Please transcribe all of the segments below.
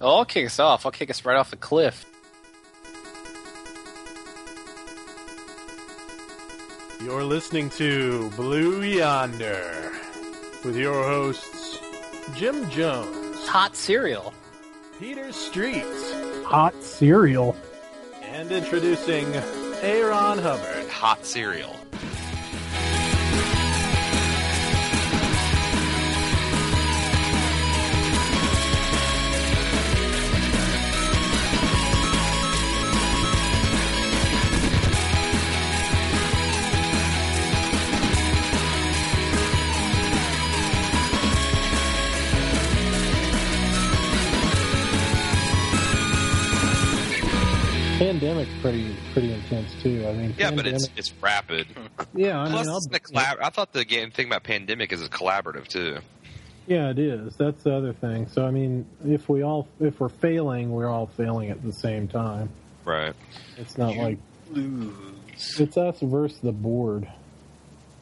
Oh, I'll kick us off. I'll kick us right off the cliff. You're listening to Blue Yonder with your hosts Jim Jones, Hot cereal. Peter Street, Hot cereal. and introducing Aaron Hubbard. Hot cereal. Pandemic's pretty pretty intense too. I mean, Yeah, but it's pandemic- it's rapid. yeah. I Plus, mean, I'll- it's the collab- I thought the game thing about pandemic is it's collaborative too. yeah, it is. That's the other thing. So I mean, if we all if we're failing, we're all failing at the same time. Right. It's not like Lose. it's us versus the board.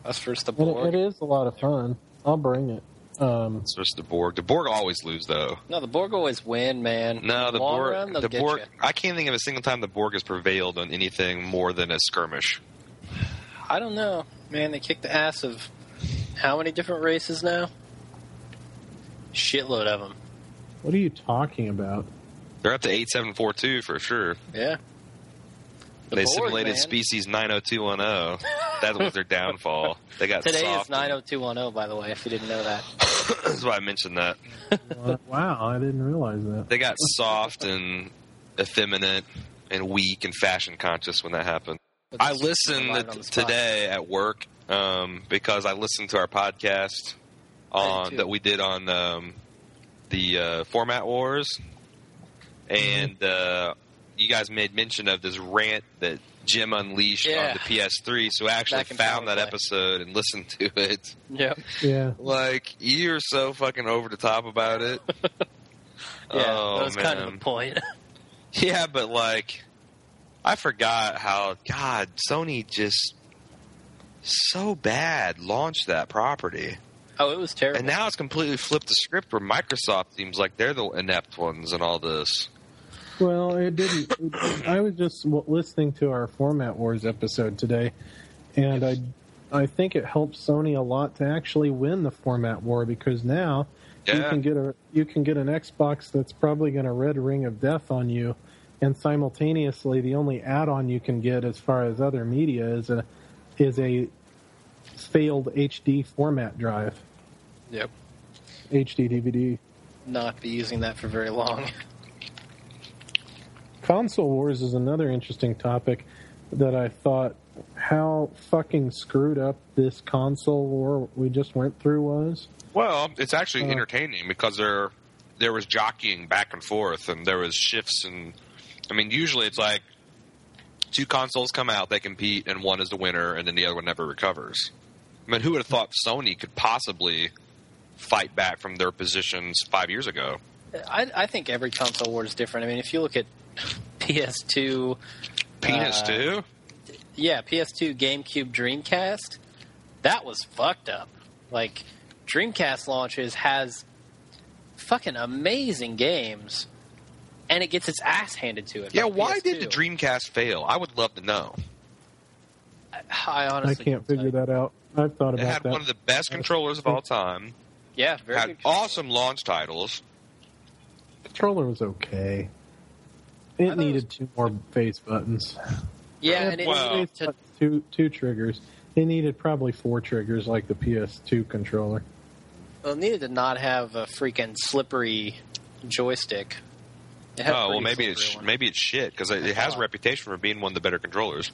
Us versus the And it, Borg. it is a lot of fun. I'll bring it. Um, It's versus the Borg. The Borg always lose though. No, the Borg always win, man. No, the Long Borg. run, they'll the get Borg. ya. I can't think of a single time the Borg has prevailed on anything more than a skirmish. I don't know, man. They kicked the ass of how many different races now? Shitload of them. what are you talking about? They're up to eight seven four two for sure. Yeah. The they Borg, simulated man. species nine zero two one zero. That was their downfall. They got Today soft. is 90210, by the way, if you didn't know that. That's why I mentioned that. wow, I didn't realize that. They got soft and effeminate and weak and fashion conscious when that happened. I listened Survived on the spot. today at work um, because I listened to our podcast I on do, too. that we did on um, the uh, format wars, Mm-hmm. and uh, you guys made mention of this rant that Jim unleashed Yeah. on the PS3. So I actually Back in found that PowerPlay. episode and listened to it. Yep. Yeah, Like you're so fucking over the top about it. Yeah, Oh, that was kind of man. the point. Yeah, but like, I forgot how God Sony just so bad launched that property, oh, it was terrible. and now it's completely flipped the script where Microsoft seems like they're the inept ones and all this. Well, it didn't. I was just w- listening to our Format Wars episode today, and I, I think it helped Sony a lot to actually win the format war because now you Yeah, can get a you can get an Xbox that's probably going to red ring of death on you, and simultaneously the only add-on you can get as far as other media is a is a failed HD format drive, Yep. HD DVD. Not be using that for very long. Console wars is another interesting topic that I thought how fucking screwed up this console war we just went through was. well, it's actually Uh-huh. Uh. entertaining because there there was jockeying back and forth, and there was shifts, and I mean, usually it's like two consoles come out, they compete, and one is the winner, and then the other one never recovers. I mean, who would have thought Sony could possibly fight back from their positions five years ago? I, I think every console war is different. I mean, if you look at PS2, Penis Uh, too. yeah, PS2, GameCube, Dreamcast, that was fucked up. Like, Dreamcast launches has fucking amazing games, and it gets its ass handed to it. Yeah, by why did the PS2. Dreamcast fail? I would love to know. I I honestly couldn't can't tell figure you. that out. I've thought It about had that. one of the best controllers of all time. Yeah, very Had good console. awesome launch titles. the controller was okay. thought It it needed two more face buttons. Yeah, and it, Wow. it- to- two two triggers. It needed probably four triggers like the PS2 controller. Well, it needed to not have a freaking slippery joystick. It had a Oh well, pretty maybe slippery it's one. Uh-huh. maybe it's shit because it, it has a thought. reputation for being one of the better controllers.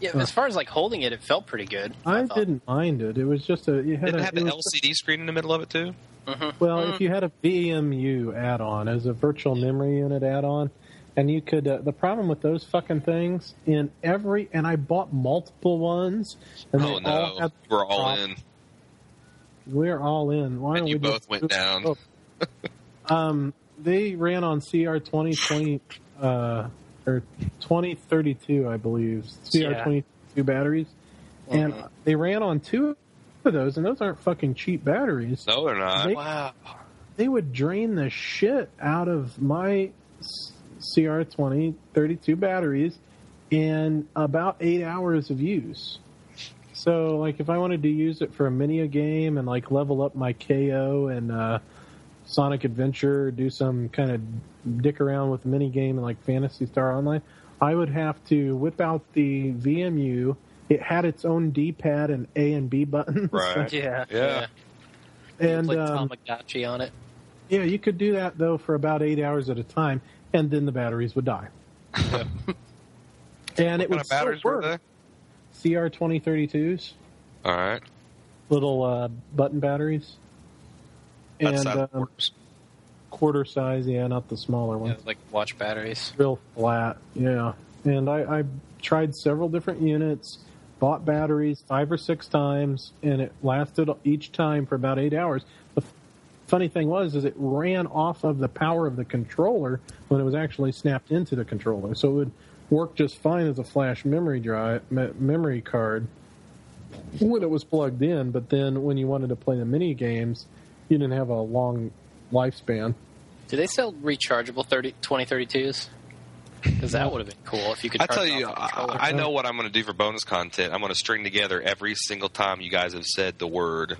Yeah, as far as like holding it, it felt pretty good. I, thought. didn't mind it. It was just a you had Didn't a it have the it was- LCD screen in the middle of it too? Well, Mm. if you had a VMU add-on as a virtual memory unit add-on, and you could, uh, the problem with those fucking things in every, and I bought multiple ones, and Oh they all no, had- we're all prop- in. We're all in. Why And don't you we just both went do it? down. Oh. um, they ran on CR twenty twenty uh, or twenty thirty two, I believe, CR Yeah. twenty two batteries, Uh-huh. and Mhm. they ran on two of those, and those aren't fucking cheap batteries. No, they're not. They- Wow. they would drain the shit out of my CR20 32 batteries in about eight hours of use. So, like, if I wanted to use it for a mini game and like level up my KO and uh, Sonic Adventure, do some kind of dick around with mini game and like Fantasy Star Online, I would have to whip out the VMU. It had its own D-pad and A and B buttons, Right. Yeah. Yeah. and Played um, Tamagotchi on it. yeah, you could do that though for about eight hours at a time, and then the batteries would die. and it What kind would of batteries still were work. they? CR twenty thirty twos, All right. little uh, button batteries, That's and how um, it works. quarter size. Yeah, not the smaller Yeah, ones. like watch batteries. Real flat. Yeah, and I, I tried several different units, bought batteries five or six times, and it lasted each time for about eight hours. The f- funny thing was, is it ran off of the power of the controller when it was actually snapped into the controller, so it would work just fine as a flash memory drive me- memory card. when it was plugged in, but then when you wanted to play the mini games, you didn't have a long lifespan. Do they sell rechargeable 30, 2032s? Because that would have been cool if you could. I Charge tell it you, off the controller. I, I know what I'm going to do for bonus content. I'm going to string together every single time you guys have said the word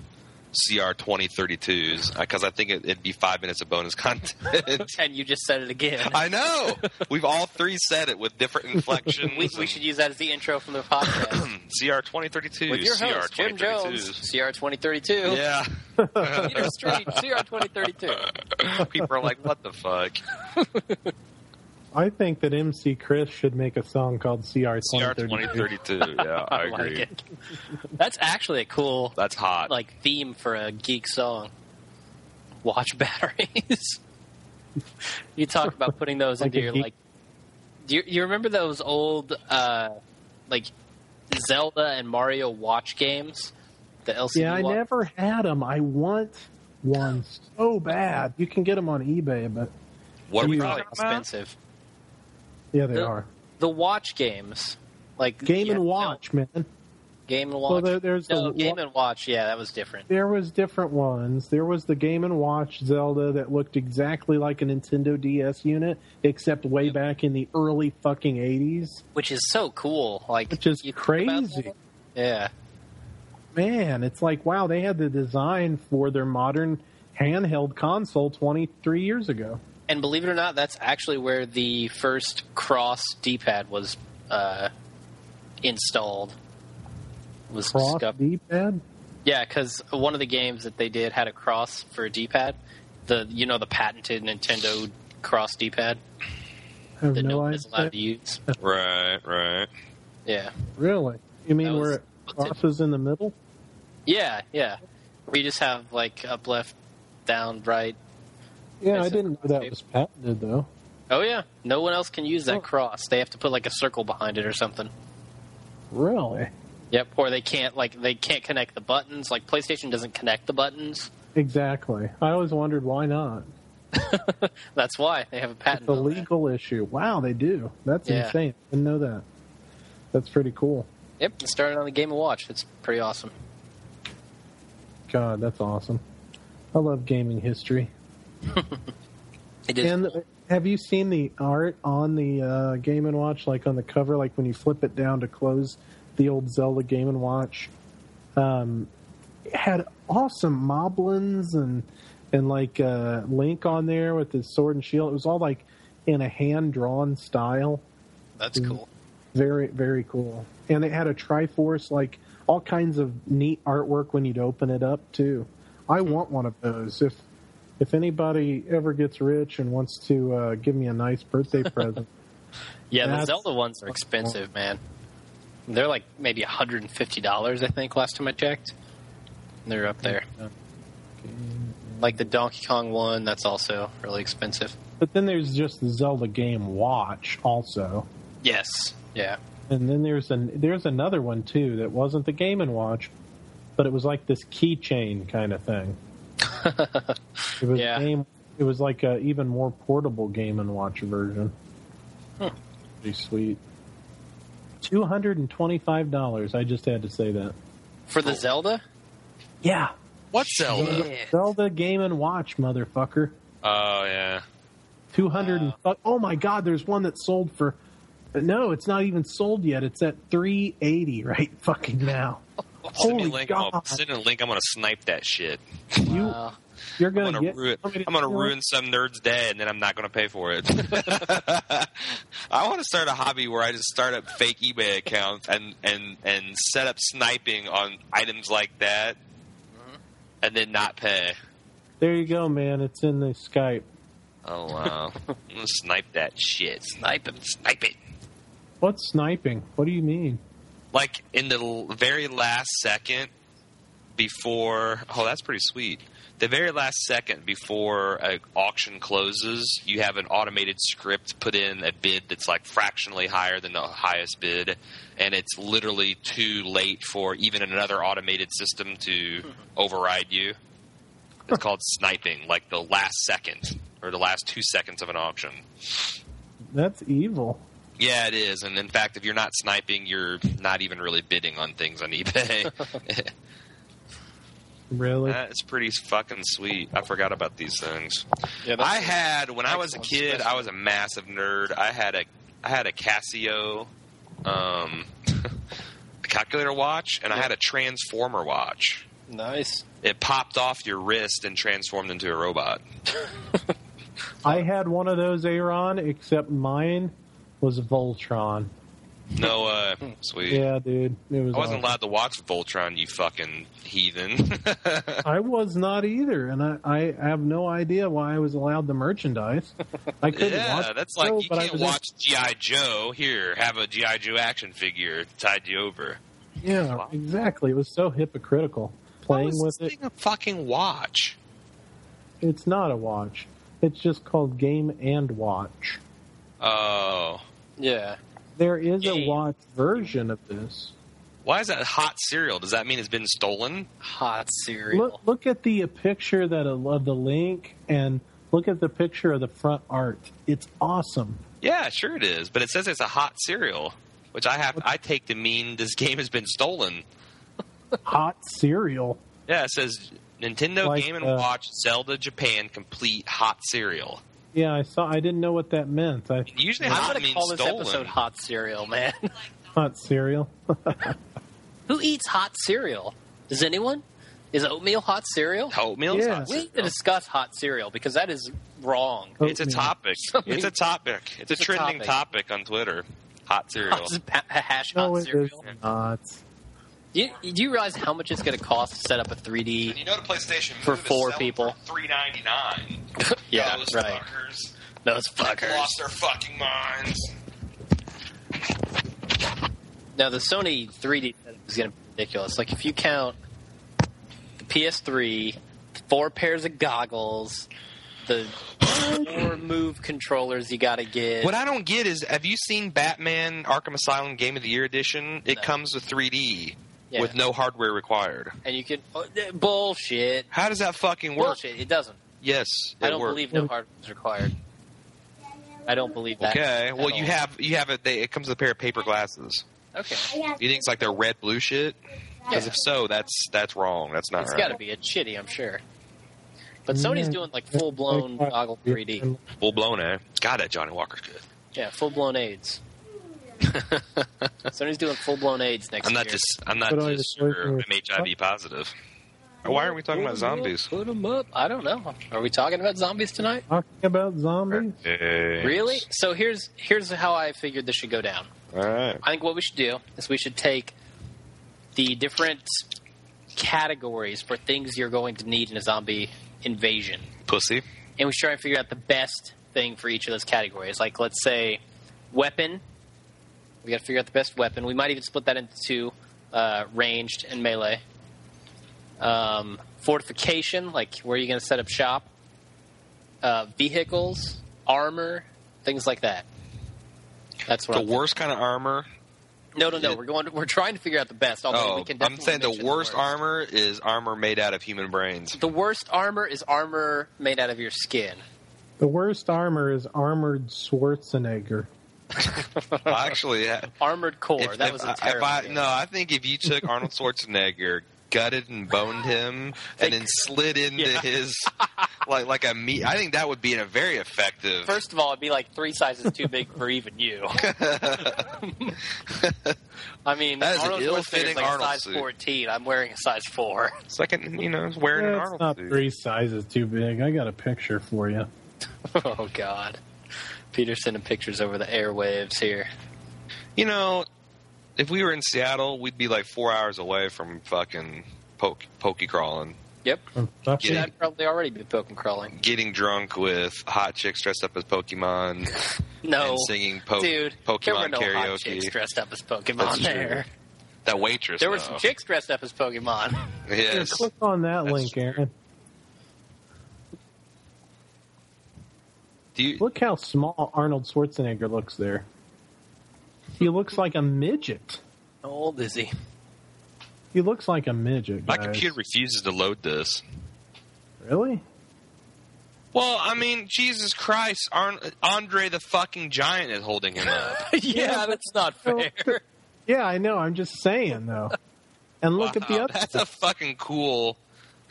CR2032s because uh, I think it, it'd be five minutes of bonus content. and you just said it again. I know. We've all three said it with different inflections. we, we should use that as the intro from the podcast CR2032s. with your host Jim Jones, CR2032s. CR twenty thirty two, Yeah. Peter Street, CR twenty thirty two. People are like, what the fuck? I think that MC Chris should make a song called CR twenty thirty. CR2032. Yeah, I I like agree. it. That's actually a cool That's hot. like theme for a geek song. Watch batteries. you talk about putting those Like into a your geek- like. Do you, you remember those old uh, like Zelda and Mario watch games? The LCD. Yeah, I watch? never had them. I want one so bad. You can get them on eBay, but what are we you- talking about? expensive. yeah, they Yeah. are. The watch games, like Game yeah, and no, Watch, man. Game and watch. Well, there- there's no the game wa- and watch. Yeah, that was different. There was different ones. There was the Game and Watch Zelda that looked exactly like a Nintendo DS unit, except way back in the early fucking eighties, Which is so cool. Like which is you think about crazy. that? Yeah. Man, it's like wow, they had the design for their modern handheld console twenty three years ago. And believe it or not, that's actually where the first cross D pad was uh, installed. Was Cross discovered. D pad. Yeah, because one of the games that they did had a cross for a D pad. The you know the patented Nintendo cross D pad I have that no no one is allowed idea. to use. Right, right. Yeah, Really? You mean That was- where it crosses in the middle? yeah, yeah. Where you just have like up, left, down, right. Yeah, Is I it didn't know that cross-shaped? was patented though. Oh yeah, no one else can use that Oh. cross. They have to put like a circle behind it or something. Really? Yep, or they can't like they can't connect the buttons. Like PlayStation doesn't connect the buttons. Exactly. I always wondered why not. That's why they have a patent. It's a on that. legal issue. Wow, they do. That's Yeah. insane. Didn't know that. That's pretty cool. Yep, it started on the Game of Watch. It's pretty awesome. God, that's awesome. I love gaming history. It is. and have you seen the art on the uh, Game and Watch, like on the cover, like when you flip it down to close the old Zelda Game and Watch? Um, it had awesome moblins and and like uh, Link on there with his sword and shield. It was all like in a hand drawn style. that's cool. Very, very cool. And it had a Triforce, like all kinds of neat artwork when you'd open it up too. I want one of those. If if anybody ever gets rich and wants to uh, give me a nice birthday present, Yeah, the That's- Zelda ones are expensive, man. They're like maybe hundred and fifty dollars, I think, last time I checked. They're up there. Like the Donkey Kong one, that's also really expensive. but then there's just the Zelda Game Watch also, Yes. Yeah. and then there's an there's another one too that wasn't the Game and Watch, but it was like this keychain kind of thing. It was Yeah. game. It was like a even more portable Game and Watch version. Pretty sweet. Two hundred and twenty-five dollars. I just had to say that. For the Zelda? Yeah. What Zelda? Yeah. Zelda Game and Watch, motherfucker. Oh yeah. Two hundred and fu- oh my god, there's one that sold for. No, it's not even sold yet. It's at three eighty right fucking now. Send me a Holy link. I'm god! gonna, send me a link. I'm gonna snipe that shit. You, Uh, you're I'm gonna, gonna get. ruin. somebody I'm gonna steal it. ruin some nerd's day, and then I'm not gonna pay for it. I want to start a hobby where I just start up fake eBay accounts and and and set up sniping on items like that, Mm-hmm. and then not pay. There you go, man. It's in the Skype. Oh wow! I'm gonna snipe that shit. Snipe it. Snipe it. What's sniping? What do you mean? like in the l- very last second before oh that's pretty sweet the very last second before an auction closes you have an automated script put in a bid that's like fractionally higher than the highest bid and it's literally too late for even another automated system to override you it's called sniping like the last second or the last two seconds of an auction That's evil. yeah, it is. And in fact, if you're not sniping, you're not even really bidding on things on eBay. Really? That's pretty fucking sweet. I forgot about these things. yeah, that's- I had when I was a Excellent kid, specimen. I was a massive nerd. I had a I had a Casio um calculator watch and I had a transformer watch. nice. It popped off your wrist and transformed into a robot. I had one of those, Aaron, except mine was Voltron. No uh Hmm. sweet. Yeah, dude. It was I wasn't awesome. allowed to watch Voltron, you fucking heathen. I was not either, and I, I have no idea why I was allowed the merchandise. I couldn't Yeah, watch. that's the like show, you but I can't was watch GI Joe. Here, have a GI Joe action figure tied you over. in- yeah, exactly. It was so hypocritical playing with it. a fucking watch. It's not a watch. It's just called Game and Watch. Oh, Yeah. There is Game. a watch version of this. why is that hot cereal? Does that mean it's been stolen? Hot cereal. Look, look at the picture that uh, of the link, and look at the picture of the front art. It's awesome. Yeah, sure it is. But it says it's a hot cereal, which I have I take to mean this game has been stolen. Hot cereal. Yeah, it says Nintendo Like, Game and uh, Watch Zelda Japan complete hot cereal. Yeah, I saw. I didn't know what that meant. I Usually I'm hot gonna means call this stolen. episode "Hot Cereal," man. hot cereal. Who eats hot cereal? Does anyone? Is oatmeal hot cereal? Oatmeal Yeah. hot We cereal. need to discuss hot cereal because that is wrong. It's a Oatmeal. topic. It's a topic. It's, It's a a trending topic. on Twitter. Hot cereal. Hot- ha- hash hot No, it is cereal. not. You, you do realize how much it's going to cost to set up a 3D? know the PlayStation For Move is four selling people. for three ninety nine. Yeah, right. Those fuckers. their fucking minds. No, the Sony 3D setup is going to be ridiculous. Like if you count the PS3, four pairs of goggles, the four move controllers you got to get. What I don't get is, have you seen Batman Arkham Asylum Game of the Year edition? It No. comes with 3D Yeah. with no hardware required. and you can oh, eh, bullshit. How does that fucking work? Bullshit. It doesn't. Yes, it I don't works. believe no hardware is required. I don't believe that. Okay, at well you all. have you have it. They, it comes with a pair of paper glasses. Okay. You think it's like they're red blue shit? Because Yeah. if so, that's that's wrong. That's not It's right. got to be a chitty, I'm sure. But Sony's Yeah. doing like full blown Like, goggle 3D. Full blown, eh? God, that Johnny Walker's good. Yeah, full blown AIDS. Sony's doing full blown AIDS next I'm not year. just. I'm not But I just. just like sure your- I'm HIV positive. Why aren't we talking about zombies? Put them up. I don't know. Are we talking about zombies tonight? Talking about zombies? Really? So here's here's how I figured this should go down. All right. I think what we should do is we should take the different categories for things you're going to need in a zombie invasion. Pussy. and we try and figure out the best thing for each of those categories. Like, let's say weapon. We got to figure out the best weapon. We might even split that into two, uh, ranged and melee. Um, fortification, like where are you going to set up shop? Uh, vehicles, armor, things like that. That's what. The I'm worst kind of armor. no, no, no. We're going. We're trying to figure out the best. Although Oh, we can I'm definitely saying the worst, mention armor is armor made out of human brains. The worst armor is armor made out of your skin. The worst armor is armored Schwarzenegger. Actually, Armored core. if- that if was I- a if terrible. I- game. no, I think if you took Arnold Schwarzenegger, gutted and boned him, and then slid into Yeah. his like like a meat. I think that would be a very effective. First of all, it'd be like three sizes too big for even you. I mean, That is an Arnold Schwarzenegger's ill-fitting like Arnold a size suit. 14. I'm wearing a size 4. second, you know, wearing an That's Arnold not suit. three sizes too big. I got a picture for you. oh, God. Peter's sending pictures over the airwaves here. You know, if we were in Seattle, we'd be like four hours away from fucking poke, pokey crawling, Yep. Stuffy. Yeah, I'd probably already be poking crawling. getting drunk with hot chicks dressed up as Pokemon No. and singing po- Dude, there were Pokemon no hot karaoke. chicks dressed up as Pokemon That's true. there. That waitress. There were though. some chicks dressed up as Pokemon. Here, Yes. click on that That's link, true. Aaron. Do you, Look how small Arnold Schwarzenegger looks there. He looks like a midget. How old is he? He looks like a midget. my guys. computer refuses to load this. Really? Well, I mean, Jesus Christ, Arn- Andre the fucking Giant is holding him up. yeah, that's not fair. Yeah, I know. I'm just saying though. And look at the Wow, other. That's a fucking cool.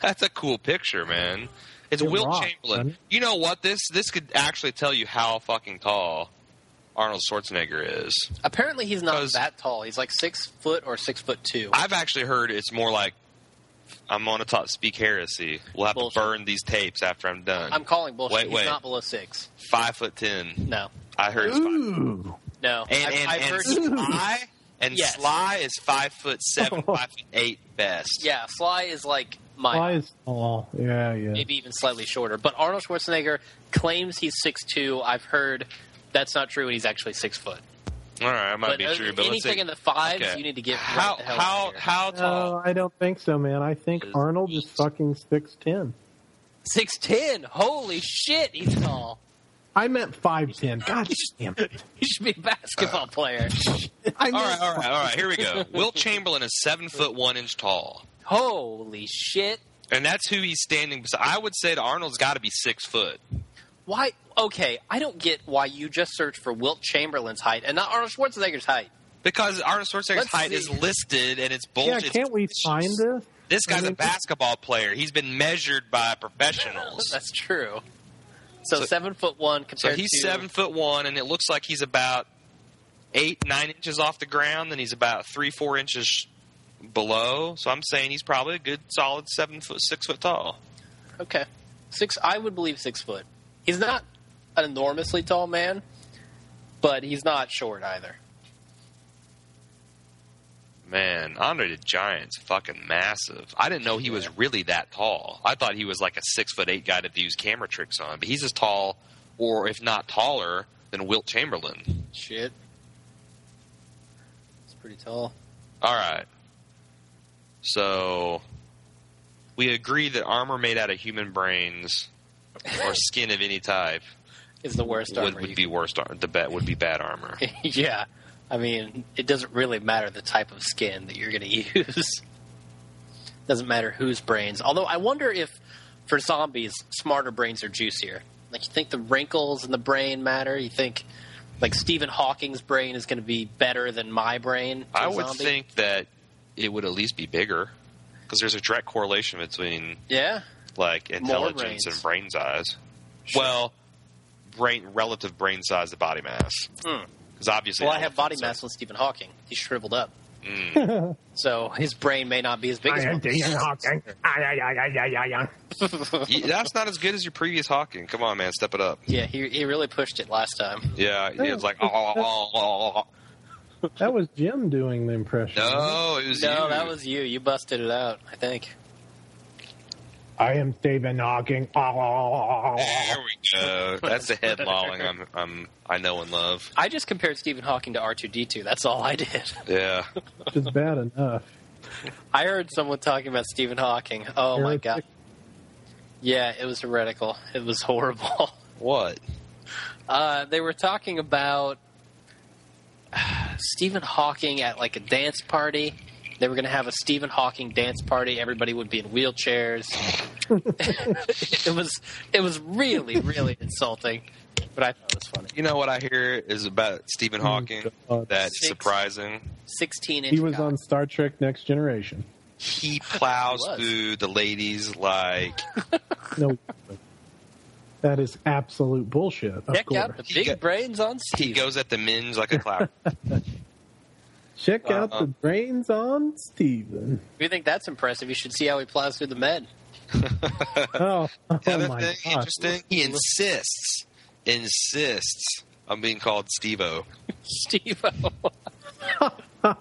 That's a cool picture, man. It's It Will rocks, Chamberlain. man. You know what? This this could actually tell you how fucking tall Arnold Schwarzenegger is. Apparently, he's not 'Cause- that tall. He's like six foot or six foot two. I've actually heard it's more like I'm going to talk speak heresy. We'll have Bullshit. to burn these tapes after I'm done. I'm calling bullshit. Wait, he's wait. not below six. five foot ten. No, I heard. It's five. Ooh, no. And I've, and, I've and heard. Sly and Yes. Sly is five foot seven, Oh. five foot eight best. Yeah, Sly is like my why is oh yeah yeah maybe even slightly shorter. But Arnold Schwarzenegger claims he's six two. I've heard that's not true, and he's actually six foot. All right, that might But be uh, true. But let's anything see. in the fives, Okay. you need to get how right the hell out how of here. how tall? No, Oh, I don't think so, man. I think Is- Arnold is fucking six ten. six ten. Holy shit, he's tall. I meant five ten. God damn it! He should be a basketball Uh. player. Oh, I meant All right, all right, all right. Here we go. Will Chamberlain is seven foot one inch tall, Holy shit. and that's who he's standing beside. I would say that Arnold's got to be six foot. Why? Okay, I don't get why you just search for Wilt Chamberlain's height and not Arnold Schwarzenegger's height. Because Arnold Schwarzenegger's Let's height see. is listed, and it's yeah, bullshit. can't we find this? This guy's I mean, a basketball player. He's been measured by professionals. That's true. So, So- seven foot one so compared. he's to, seven foot one, and it looks like he's about eight, nine inches off the ground, and he's about three, four inches below. So I'm saying he's probably a good, solid seven foot, six foot tall. Okay, six. I would believe six foot. He's not an enormously tall man, but he's not short either. Man, Andre the Giant's fucking massive. I didn't know he was really that tall. I thought he was like a six foot eight guy that they use camera tricks on, but he's as tall, or if not taller, than Wilt Chamberlain. Shit, it's pretty tall. All right. So we agree that armor made out of human brains or skin of any type Is the worst would, armor. would you be worst. Ar- the bet would be bad armor. can- yeah, I mean, it doesn't really matter the type of skin that you're going to use. doesn't matter whose brains. Although I wonder if for zombies, smarter brains are juicier. Like you think the wrinkles in the brain matter. You think like Stephen Hawking's brain is going to be better than my brain. to I a would zombie? think that it would at least be bigger because there's a direct correlation between Yeah. like brains. intelligence and brain size. Well, brain relative brain size to body mass. Because obviously, Hmm. Well, I have body elephants mass on Stephen Hawking. He shriveled up. Hmm. so his brain may not be as big as mine. are- Ye- that's not as good as your previous Hawking. Come on, man, step it up. Yeah, he, he really pushed it last time. Yeah, it was like oh, oh, oh, oh. That was Jim doing the impression. no, it was No, you. that was you. You busted it out, I think. I am Stephen Hawking. There we go. That's the head lolling I'm, I'm I know and love. I just compared Stephen Hawking to R2D2. That's all I did. Yeah, Which is bad enough. I heard someone talking about Stephen Hawking. Oh my Heretic. god. Yeah, it was heretical. It was horrible. what? Uh, they were talking about Stephen Hawking at like a dance party. They were going to have a Stephen Hawking dance party. Everybody would be in wheelchairs. it was it was really really insulting, but I thought it was funny. You know what I hear is about Stephen Hawking. Oh, God. That's Six. surprising. Sixteen inch. He was cock. on Star Trek Next Generation. he plows was. through the ladies like No, that is absolute bullshit. Of Check course. out the He big go- brains on he Steve. goes at the men's like a clown. Oh, Check out Uh-uh. the brains on Steven. If you think that's impressive, you should see how he plows through the men. Oh, oh The other my thing god! interesting, he insists insists on being called Stevo. Steve O.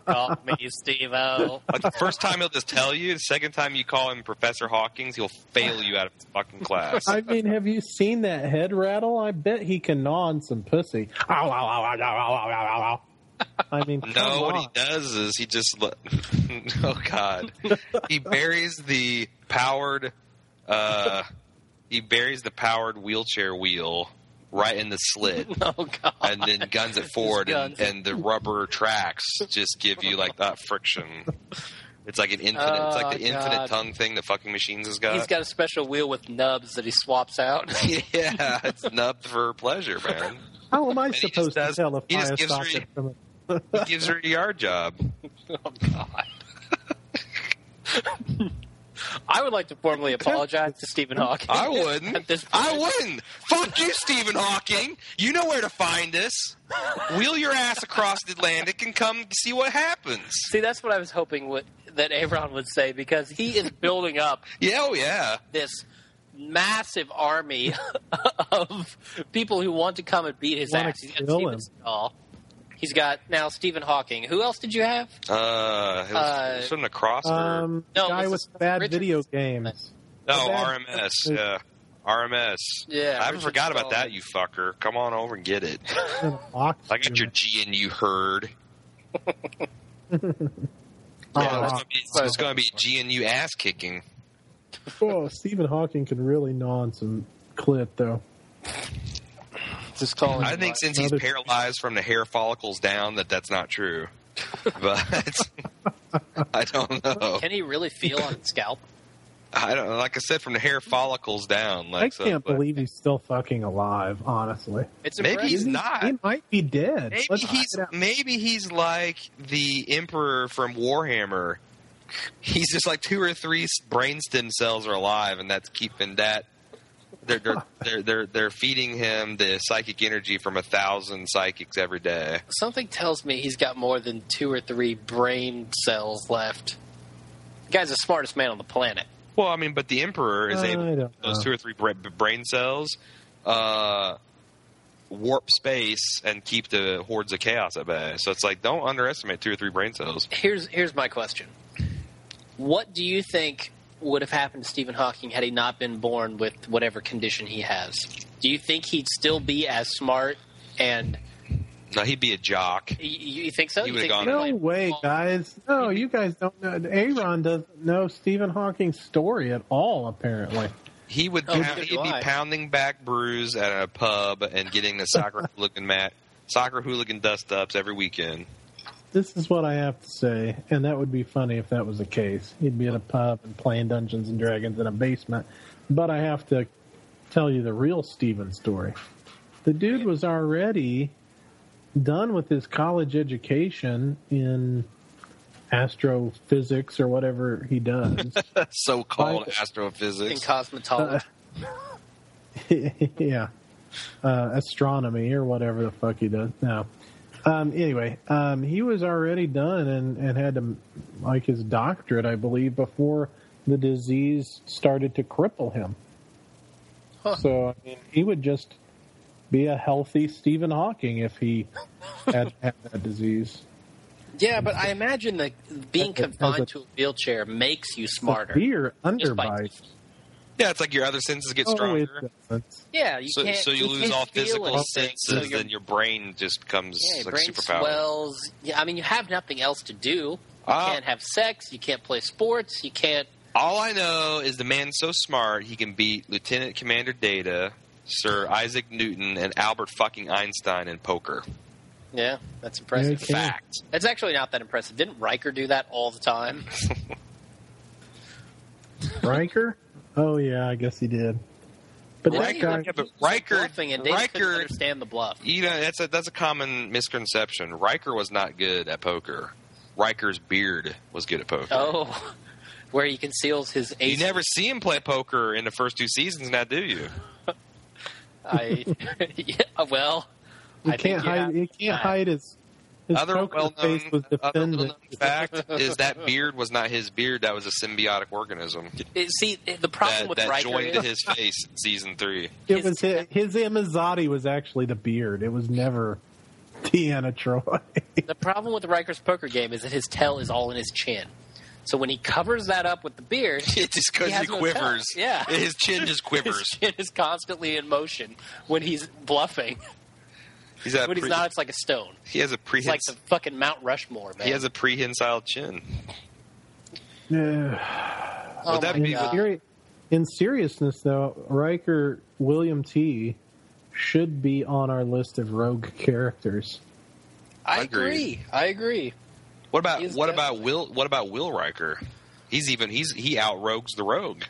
Call me Steve O. Like the first time he'll just tell you, the second time you call him Professor Hawkins, he'll fail you out of his fucking class. I mean, have you seen that head rattle? I bet he can gnaw on some pussy. Ow, ow, ow, ow, ow, ow, ow, ow, ow. I mean, come No, what he on. does is he just le- oh god, he buries the powered, uh, he buries the powered wheelchair wheel right in the slit, Oh god. and then guns it forward, and, guns and the rubber tracks just give you like that friction. It's like an infinite, it's like the Oh, infinite God. tongue thing that fucking machines has got. He's got a special wheel with nubs that he swaps out. yeah, it's nubbed for pleasure, man. How am I he just supposed to does- tell if he just fire gives her socket a- from a He gives her a yard job. Oh god. I would like to formally apologize to Stephen Hawking. I wouldn't. At this point. I wouldn't. Fuck you, Stephen Hawking. You know where to find us. Wheel your ass across the Atlantic and come see what happens. See, that's what I was hoping would, that Aaron would say because he is building up Yeah, oh yeah. this massive army of people who want to come and beat his Wanna ass. He's got kill Steven him. Seagal. He's got now Stephen Hawking. Who else did you have? Uh, it was, Uh, it was from the crosser. um, No, guy this with is bad Richardson. video games? no, bad- RMS. Yeah. RMS. Yeah, I haven't Richard forgot about Stallman. that, you fucker. Come on over and get it. An ox I got your human. G and you herd. Yeah, it's Ah, gonna be- it's going to be G and you ass kicking. oh, Stephen Hawking can really gnaw on some clit, though. Just calling. I think since he's Another- paralyzed from the hair follicles down, that that's not true. But I don't know. Can he really feel on his scalp? I don't like I said from the hair follicles down. Like I so, can't but believe he's still fucking alive. Honestly, It's Maybe impressive. he's Isn't- not. He might be dead. Maybe Let's he's find out. maybe he's like the emperor from Warhammer. He's just like two or three s- brain stem cells are alive, and that's keeping that. They're they're they're they're, they're feeding him the psychic energy from a thousand psychics every day. Something tells me he's got more than two or three brain cells left. The guy's the smartest man on the planet. Well, I mean, but the emperor is I able don't those know. two or three bra- brain cells uh, warp space and keep the hordes of chaos at bay. So it's like don't underestimate two or three brain cells. Here's here's my question. What do you think would have happened to Stephen Hawking had he not been born with whatever condition he has? Do you think he'd still be as smart? And Now he'd be a jock. y- you, you think so? He You would've think gone he'd to- play No way, football? guys. No, you guys don't know. Aaron doesn't know Stephen Hawking's story at all. Apparently, He would Oh, pound- neither he'd do be I. pounding back brews at a pub and getting the soccer hooligan mat, soccer hooligan dust ups every weekend. this is what I have to say, and that would be funny if that was the case. He'd be at a pub and playing Dungeons and Dragons in a basement. But I have to tell you the real Stephen story. The dude was already done with his college education in astrophysics or whatever he does. So called Right. in astrophysics. Uh, cosmetology? yeah, uh, astronomy or whatever the fuck he does now. Um, anyway, um, he was already done and, and had to, like his doctorate, I believe, before the disease started to cripple him. Huh. So I mean, he would just be a healthy Stephen Hawking if he had had that disease. yeah, but I imagine that being As a- as confined a- to a wheelchair makes you smarter. Smarter. Severe Just by- underbite. Yeah, it's like your other senses get Oh, it stronger. doesn't. Yeah, you so, can't. so you lose can't all feel physical anything, senses, so your then your brain just becomes Yeah, your like brain superpower. swells. Yeah, I mean, you have nothing else to do. You Ah. can't have sex. You can't play sports. You can't. All I know is the man's so smart he can beat Lieutenant Commander Data, Sir Isaac Newton, and Albert fucking Einstein in poker. Yeah, that's impressive. Okay. Fact. That's actually not that impressive. Didn't Riker do that all the time? Riker? Oh yeah, I guess he did. But Yeah, that he guy, looked Yeah, but Riker, Bluffing and Data couldn't Riker, understand the bluff. you know that's a that's a common misconception. Riker was not good at poker. Riker's beard was good at poker. Oh, where he conceals his You ace. never see him play poker in the first two seasons, now do you? I, yeah, well, He I can't think you hide. have- He can't I- hide his his other poker well-known, face was other defended. well-known fact is that beard was not his beard; that was a symbiotic organism It, see, the problem that, with that Riker joined is to his face in season three. It his- was his, his Amazzotti was actually the beard. It was never Deanna Troy. the problem with Riker's poker game is that his tail is all in his chin. So when he covers that up with the beard, It's just because He he, has no quivers. tail. Yeah. his chin just his quivers. chin is constantly in motion when he's bluffing. He's got a When he's pre- not, it's like a stone. He has a It's like prehens- the fucking Mount Rushmore, man. He has a prehensile chin. Yeah. oh would that my be- God. Seri- in seriousness, though, Riker William T should be on our list of rogue characters. I I agree. agree. I agree. What about He is what about Will? What about Will Riker? He's even he's he out rogues the rogue.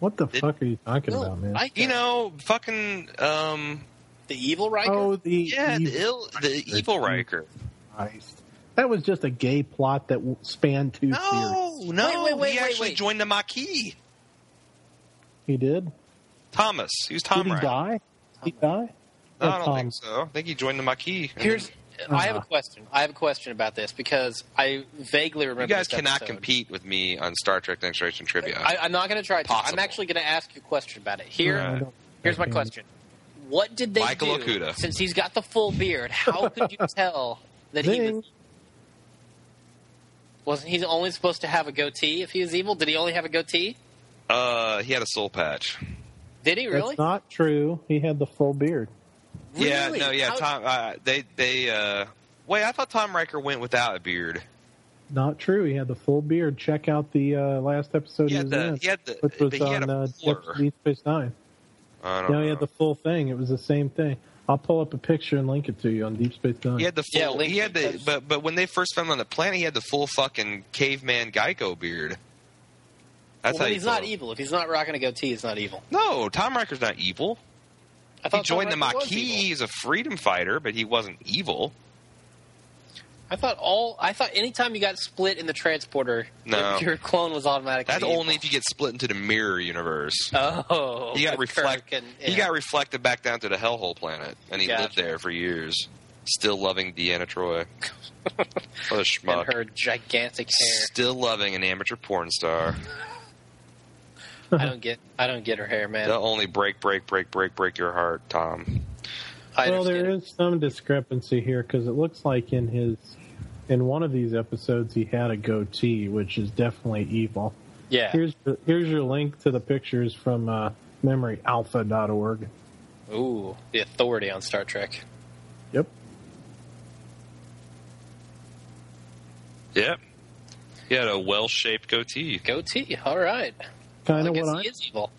What the It- fuck are you talking Will about, man? Riker. You know, fucking um, the evil Riker. oh, the yeah, the evil ill, the evil Riker. Christ. That was just a gay plot that w- spanned two series. No, Wait, no, wait, wait, he wait, actually wait. joined the Maquis. He did. Thomas, he was Tom did he Riker. die? He die? No, Or I don't Tom? think so. I think he joined the Maquis. And Here's. I have a Uh-huh. question. I have a question about this because I vaguely remember. you guys this cannot episode. compete with me on Star Trek: The Next Generation trivia. I, I'm not going to try. To. I'm Possible. actually going to ask you a question about it. Here, No, I Right. don't- here's my okay. question. What did they Michael do? Okuda. Since he's got the full beard, how could you tell that he Zing. was, wasn't he only supposed to have a goatee if he was evil? Did he only have a goatee? uh, he had a soul patch. Did he really? That's not true. He had the full beard. Yeah, Really? no, yeah. How- Tom, uh, they they. Uh, wait, I thought Tom Riker went without a beard. Not true. He had the full beard. Check out the uh, last episode He he had was the- in, he had the- which was but he had on a uh, fuller. Deep Space Nine. I don't No, he know. had the full thing. It was the same thing. I'll pull up a picture and link it to you on Deep Space Nine. He had the full. Yeah, he had the. Lincoln. But but when they first found him on the planet, he had the full fucking caveman Geico beard. That's well, how then you he's kill not him. evil. If he's not rocking a goatee, he's not evil. No, Tom Riker's not evil. I thought He joined the Tom Riker was Maquis. evil. He's a freedom fighter, but he wasn't evil. I thought all. I thought anytime you got split in the transporter, No. your, your clone was automatically. That's evil. only if you get split into the mirror universe. Oh, he got the reflect. Kirk and- He yeah. got reflected back down to the hellhole planet, and he Gotcha. lived there for years, still loving Deanna Troy. what a and schmuck! her gigantic hair. Still loving an amateur porn star. I don't get. I don't get her hair, man. They'll only break, break, break, break, break your heart, Tom. I well, there understand. is some discrepancy here because it looks like in his in one of these episodes he had a goatee, which is definitely evil. Yeah. Here's the, here's your link to the pictures from uh, memoryalpha.org. Ooh, the authority on Star Trek. Yep. Yep. He had a well-shaped goatee. Goatee. All right. Kind I of guess what I he is evil.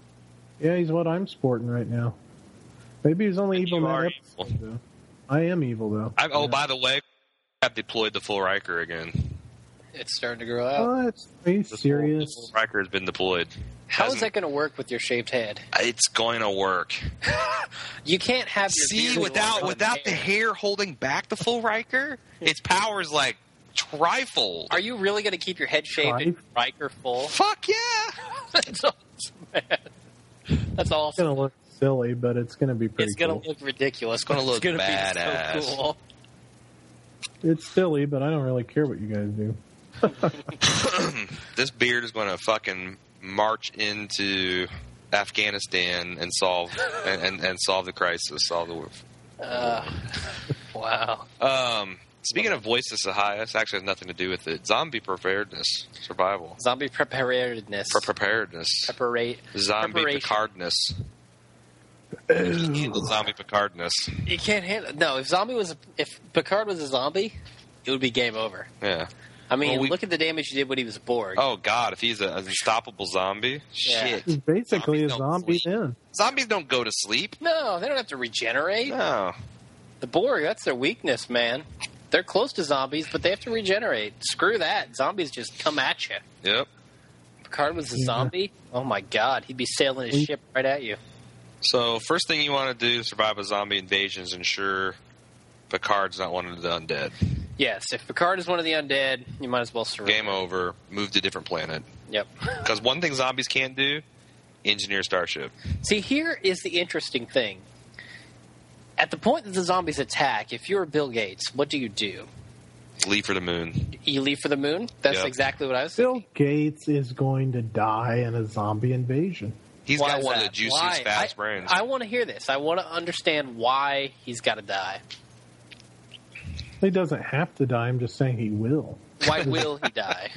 Yeah, he's what I'm sporting right now. Maybe he's only And evil you in are that episode, though. I am evil though. I, oh, by the way, I've deployed the full Riker again. It's starting to grow out. What? Uh, Are you The full- serious? the full Riker has been deployed. How is Hasn't- that going to work with your shaved head? It's going to work. You can't have your See, beard without long without the hair. hair holding back the full Riker, its power is like trifle. Are you really going to keep your head shaved and Five? Riker full? Fuck yeah! That's awesome, man. That's It's awesome. gonna look silly, but it's gonna be pretty. It's going cool. to look ridiculous. It's gonna look gonna Be badass. so cool. It's silly, but I don't really care what you guys do. This beard is going to fucking march into Afghanistan and solve and, and, and solve the crisis. Solve the. war. Uh, wow. Um, speaking of voices, Sahaya, this actually has nothing to do with it. Zombie preparedness, survival, Zombie preparedness. Pre- preparedness, Preparate. zombie preparation. Picardness. Handle zombie Picardness. You can't handle. No, if zombie was if Picard was a zombie, it would be game over. Yeah. I mean, Well, we- look at the damage he did when he was Borg. Oh God, if he's a, an unstoppable zombie, Yeah. shit. He's basically Zombies a don't zombie sleep. then. Zombies don't go to sleep. No, they don't have to regenerate. No. The Borg, that's their weakness, man. They're close to zombies, but they have to regenerate. Screw that. Zombies just come at you. Yep. Picard was a Yeah. zombie. Oh my god, he'd be sailing his We- ship right at you. So first thing you want to do to survive a zombie invasion is ensure Picard's not one of the undead. Yes, if Picard is one of the undead, you might as well surrender. Game over. Move to a different planet. Yep. Because one thing zombies can't do, engineer starship. See, here is the interesting thing. At the point that the zombies attack, if you're Bill Gates, what do you do? Leave for the moon. You leave for the moon? That's Yep. exactly what I was Bill thinking. Gates is going to die in a zombie invasion. He's Why got is one of the that? juiciest, Why? I, fast brains. I want to hear this. I want to understand why he's got to die. He doesn't have to die. I'm just saying he will. Why will he die?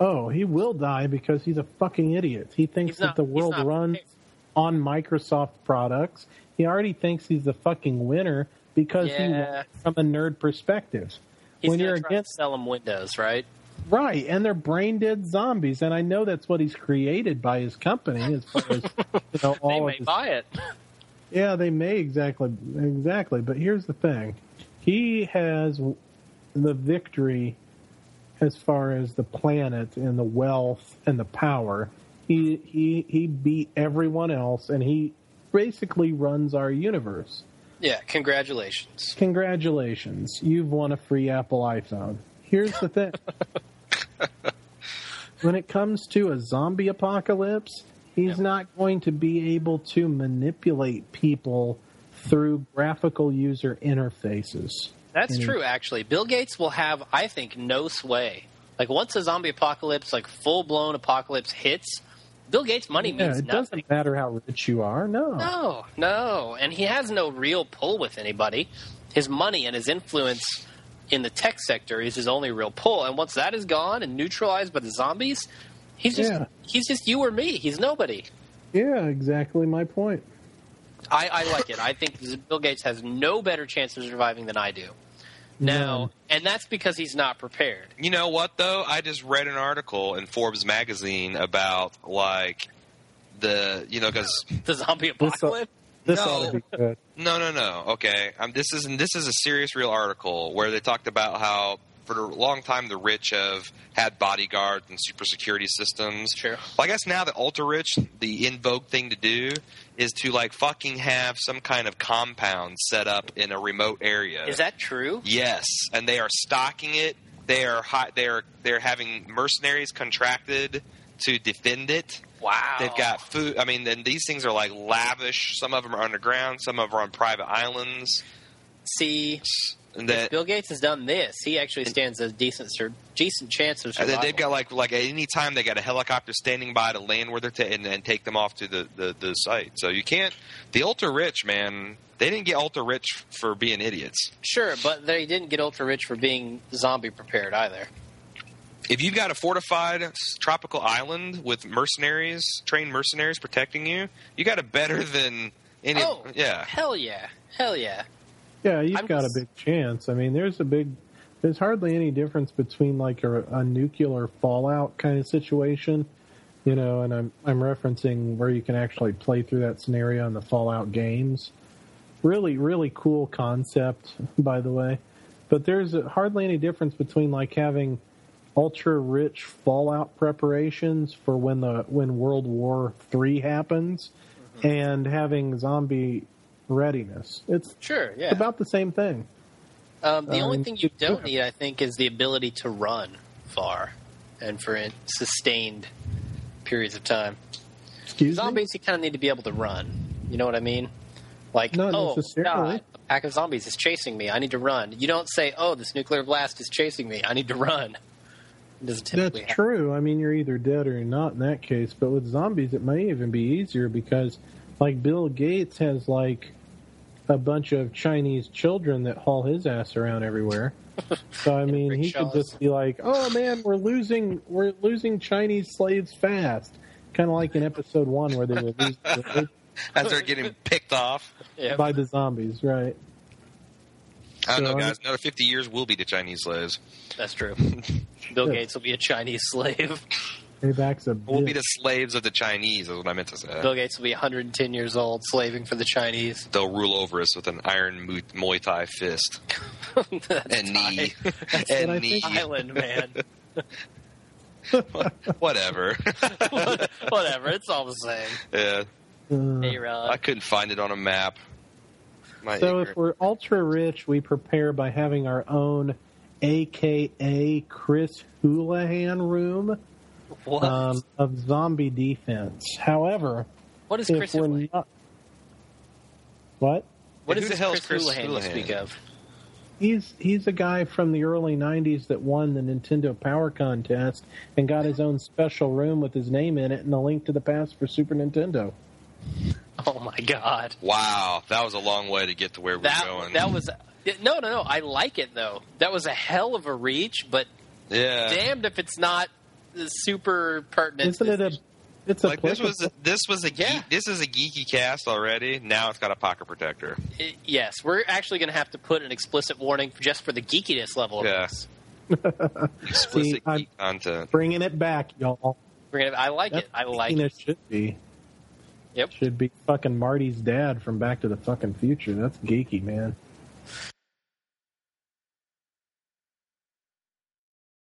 Oh, he will die because he's a fucking idiot. He thinks He's not- that the he's world not runs prepared. on Microsoft products. He already thinks he's the fucking winner because he Yeah. won from a nerd perspective. He's when gonna you're try to against sell him Windows, right? right, and they're brain dead zombies, and I know that's what he's created by his company. As far as you know, They all of may his buy it. Yeah, they may exactly exactly, but here's the thing. He has the victory as far as the planet and the wealth and the power. He he he beat everyone else and he basically runs our universe. Yeah, congratulations. Congratulations. You've won a free Apple iPhone. Here's the thing. when it comes to a zombie apocalypse, he's not going to be able to manipulate people through graphical user interfaces. That's Mhm. true, actually. Bill Gates will have, I think, no sway. Like once a zombie apocalypse, like full blown apocalypse hits, Bill Gates' money Yeah, means it nothing. doesn't matter how rich you are. No. No, no, and he has no real pull with anybody. His money and his influence in the tech sector is his only real pull. And once that is gone and neutralized by the zombies, he's just Yeah. he's just you or me. He's nobody. Yeah, exactly my point. I, I like it. I think Bill Gates has no better chance of surviving than I do. Now, None. and that's because he's not prepared. You know what though? I just read an article in Forbes magazine about like the you know because The zombie This, apocalypse. this No. ought to be good. no no no okay um, this is this is a serious real article where they talked about how for a long time the rich have had bodyguards and super security systems. Sure. Well, I guess now the ultra rich, the in vogue thing to do is to like fucking have some kind of compound set up in a remote area. Is that true? Yes, and they are stocking it. They are hot. They are they're having mercenaries contracted to defend it. Wow. They've got food. I mean, then these things are like lavish. Some of them are underground. Some of them are on private islands. see. And that Bill Gates has done this. He actually stands a decent, sur- decent chance of and survival. then they've got like like at any time they got a helicopter standing by to land where they're ta- and, and take them off to the, the the site. So you can't. The ultra rich man. They didn't get ultra rich for being idiots. Sure, but they didn't get ultra rich for being zombie prepared either. if you've got a fortified s- tropical island with mercenaries, trained mercenaries protecting you, you got it better than any. oh, Yeah, Hell yeah. Hell yeah. Yeah, you've I'm got just- a big chance. I mean, there's a big. There's hardly any difference between like a, a nuclear fallout kind of situation, you know. And I'm I'm referencing where you can actually play through that scenario in the Fallout games. Really, really cool concept, by the way. But there's hardly any difference between like having ultra rich Fallout preparations for when the when World War Three happens, and having zombie readiness. It's Sure, yeah. it's about the same thing. um, the um, only thing you it's don't different. need, I think, is the ability to run far and for in- sustained periods of time. Excuse Zombies, you kind of need to be able to run. You know what I mean? Like, Not oh, necessarily. God, a pack of zombies is chasing me. I need to run. You don't say, oh, this nuclear blast is chasing me. I need to run. It doesn't me. typically That's true. I mean, you're either dead or you're not in that case. But with zombies, it may even be easier because, like, Bill Gates has like a bunch of Chinese children that haul his ass around everywhere. So I mean, he could rickshaws. just be like, "Oh man, we're losing, we're losing Chinese slaves fast." Kind of like in episode one where they were losing as they're getting picked off. happen. by the zombies, right? I don't know, So- guys. Another fifty years will be the Chinese slaves. That's true. Bill Sure. Gates will be a Chinese slave. Hey, back's a We'll be bitch. the slaves of the Chinese. Is what I meant to say. Bill Gates will be 110 years old, slaving for the Chinese. They'll rule over us with an iron mu- Muay Thai fist That's and knee what I and knee. Island man. Whatever. Whatever, it's all the same. yeah, Uh, Hey, I Rod. couldn't find it on a map. My So ignorant- if we're ultra rich, we prepare by having our own AKA Chris Houlihan room What? um, of zombie defense. However, what is if Chris? we're Houlihan? not. What? What is Who the this hell is Chris, Chris Houlihan you Houlihan? speak of? He's he's a guy from the early '90s that won the Nintendo Power Contest and got his own special room with his name in it and a link to the past for Super Nintendo. Oh my god. wow, that was a long way to get to where we're That going. that was no, no, no. I like it though. That was a hell of a reach, but yeah. damned if it's not super pertinent. Isn't it a? It's a Like this was applicable. this was a Yeah. geek, this is a geeky cast already. Now it's got a pocket protector. I- yes, we're actually going to have to put an explicit warning just for the geekiness level. of Yeah. this. Explicit See, I'm- geek content. bringing it back, y'all. We're gonna. I like it. I That's like what it. it should be. Yep. Should be fucking Marty's dad from Back to the Fucking Future. That's geeky, man.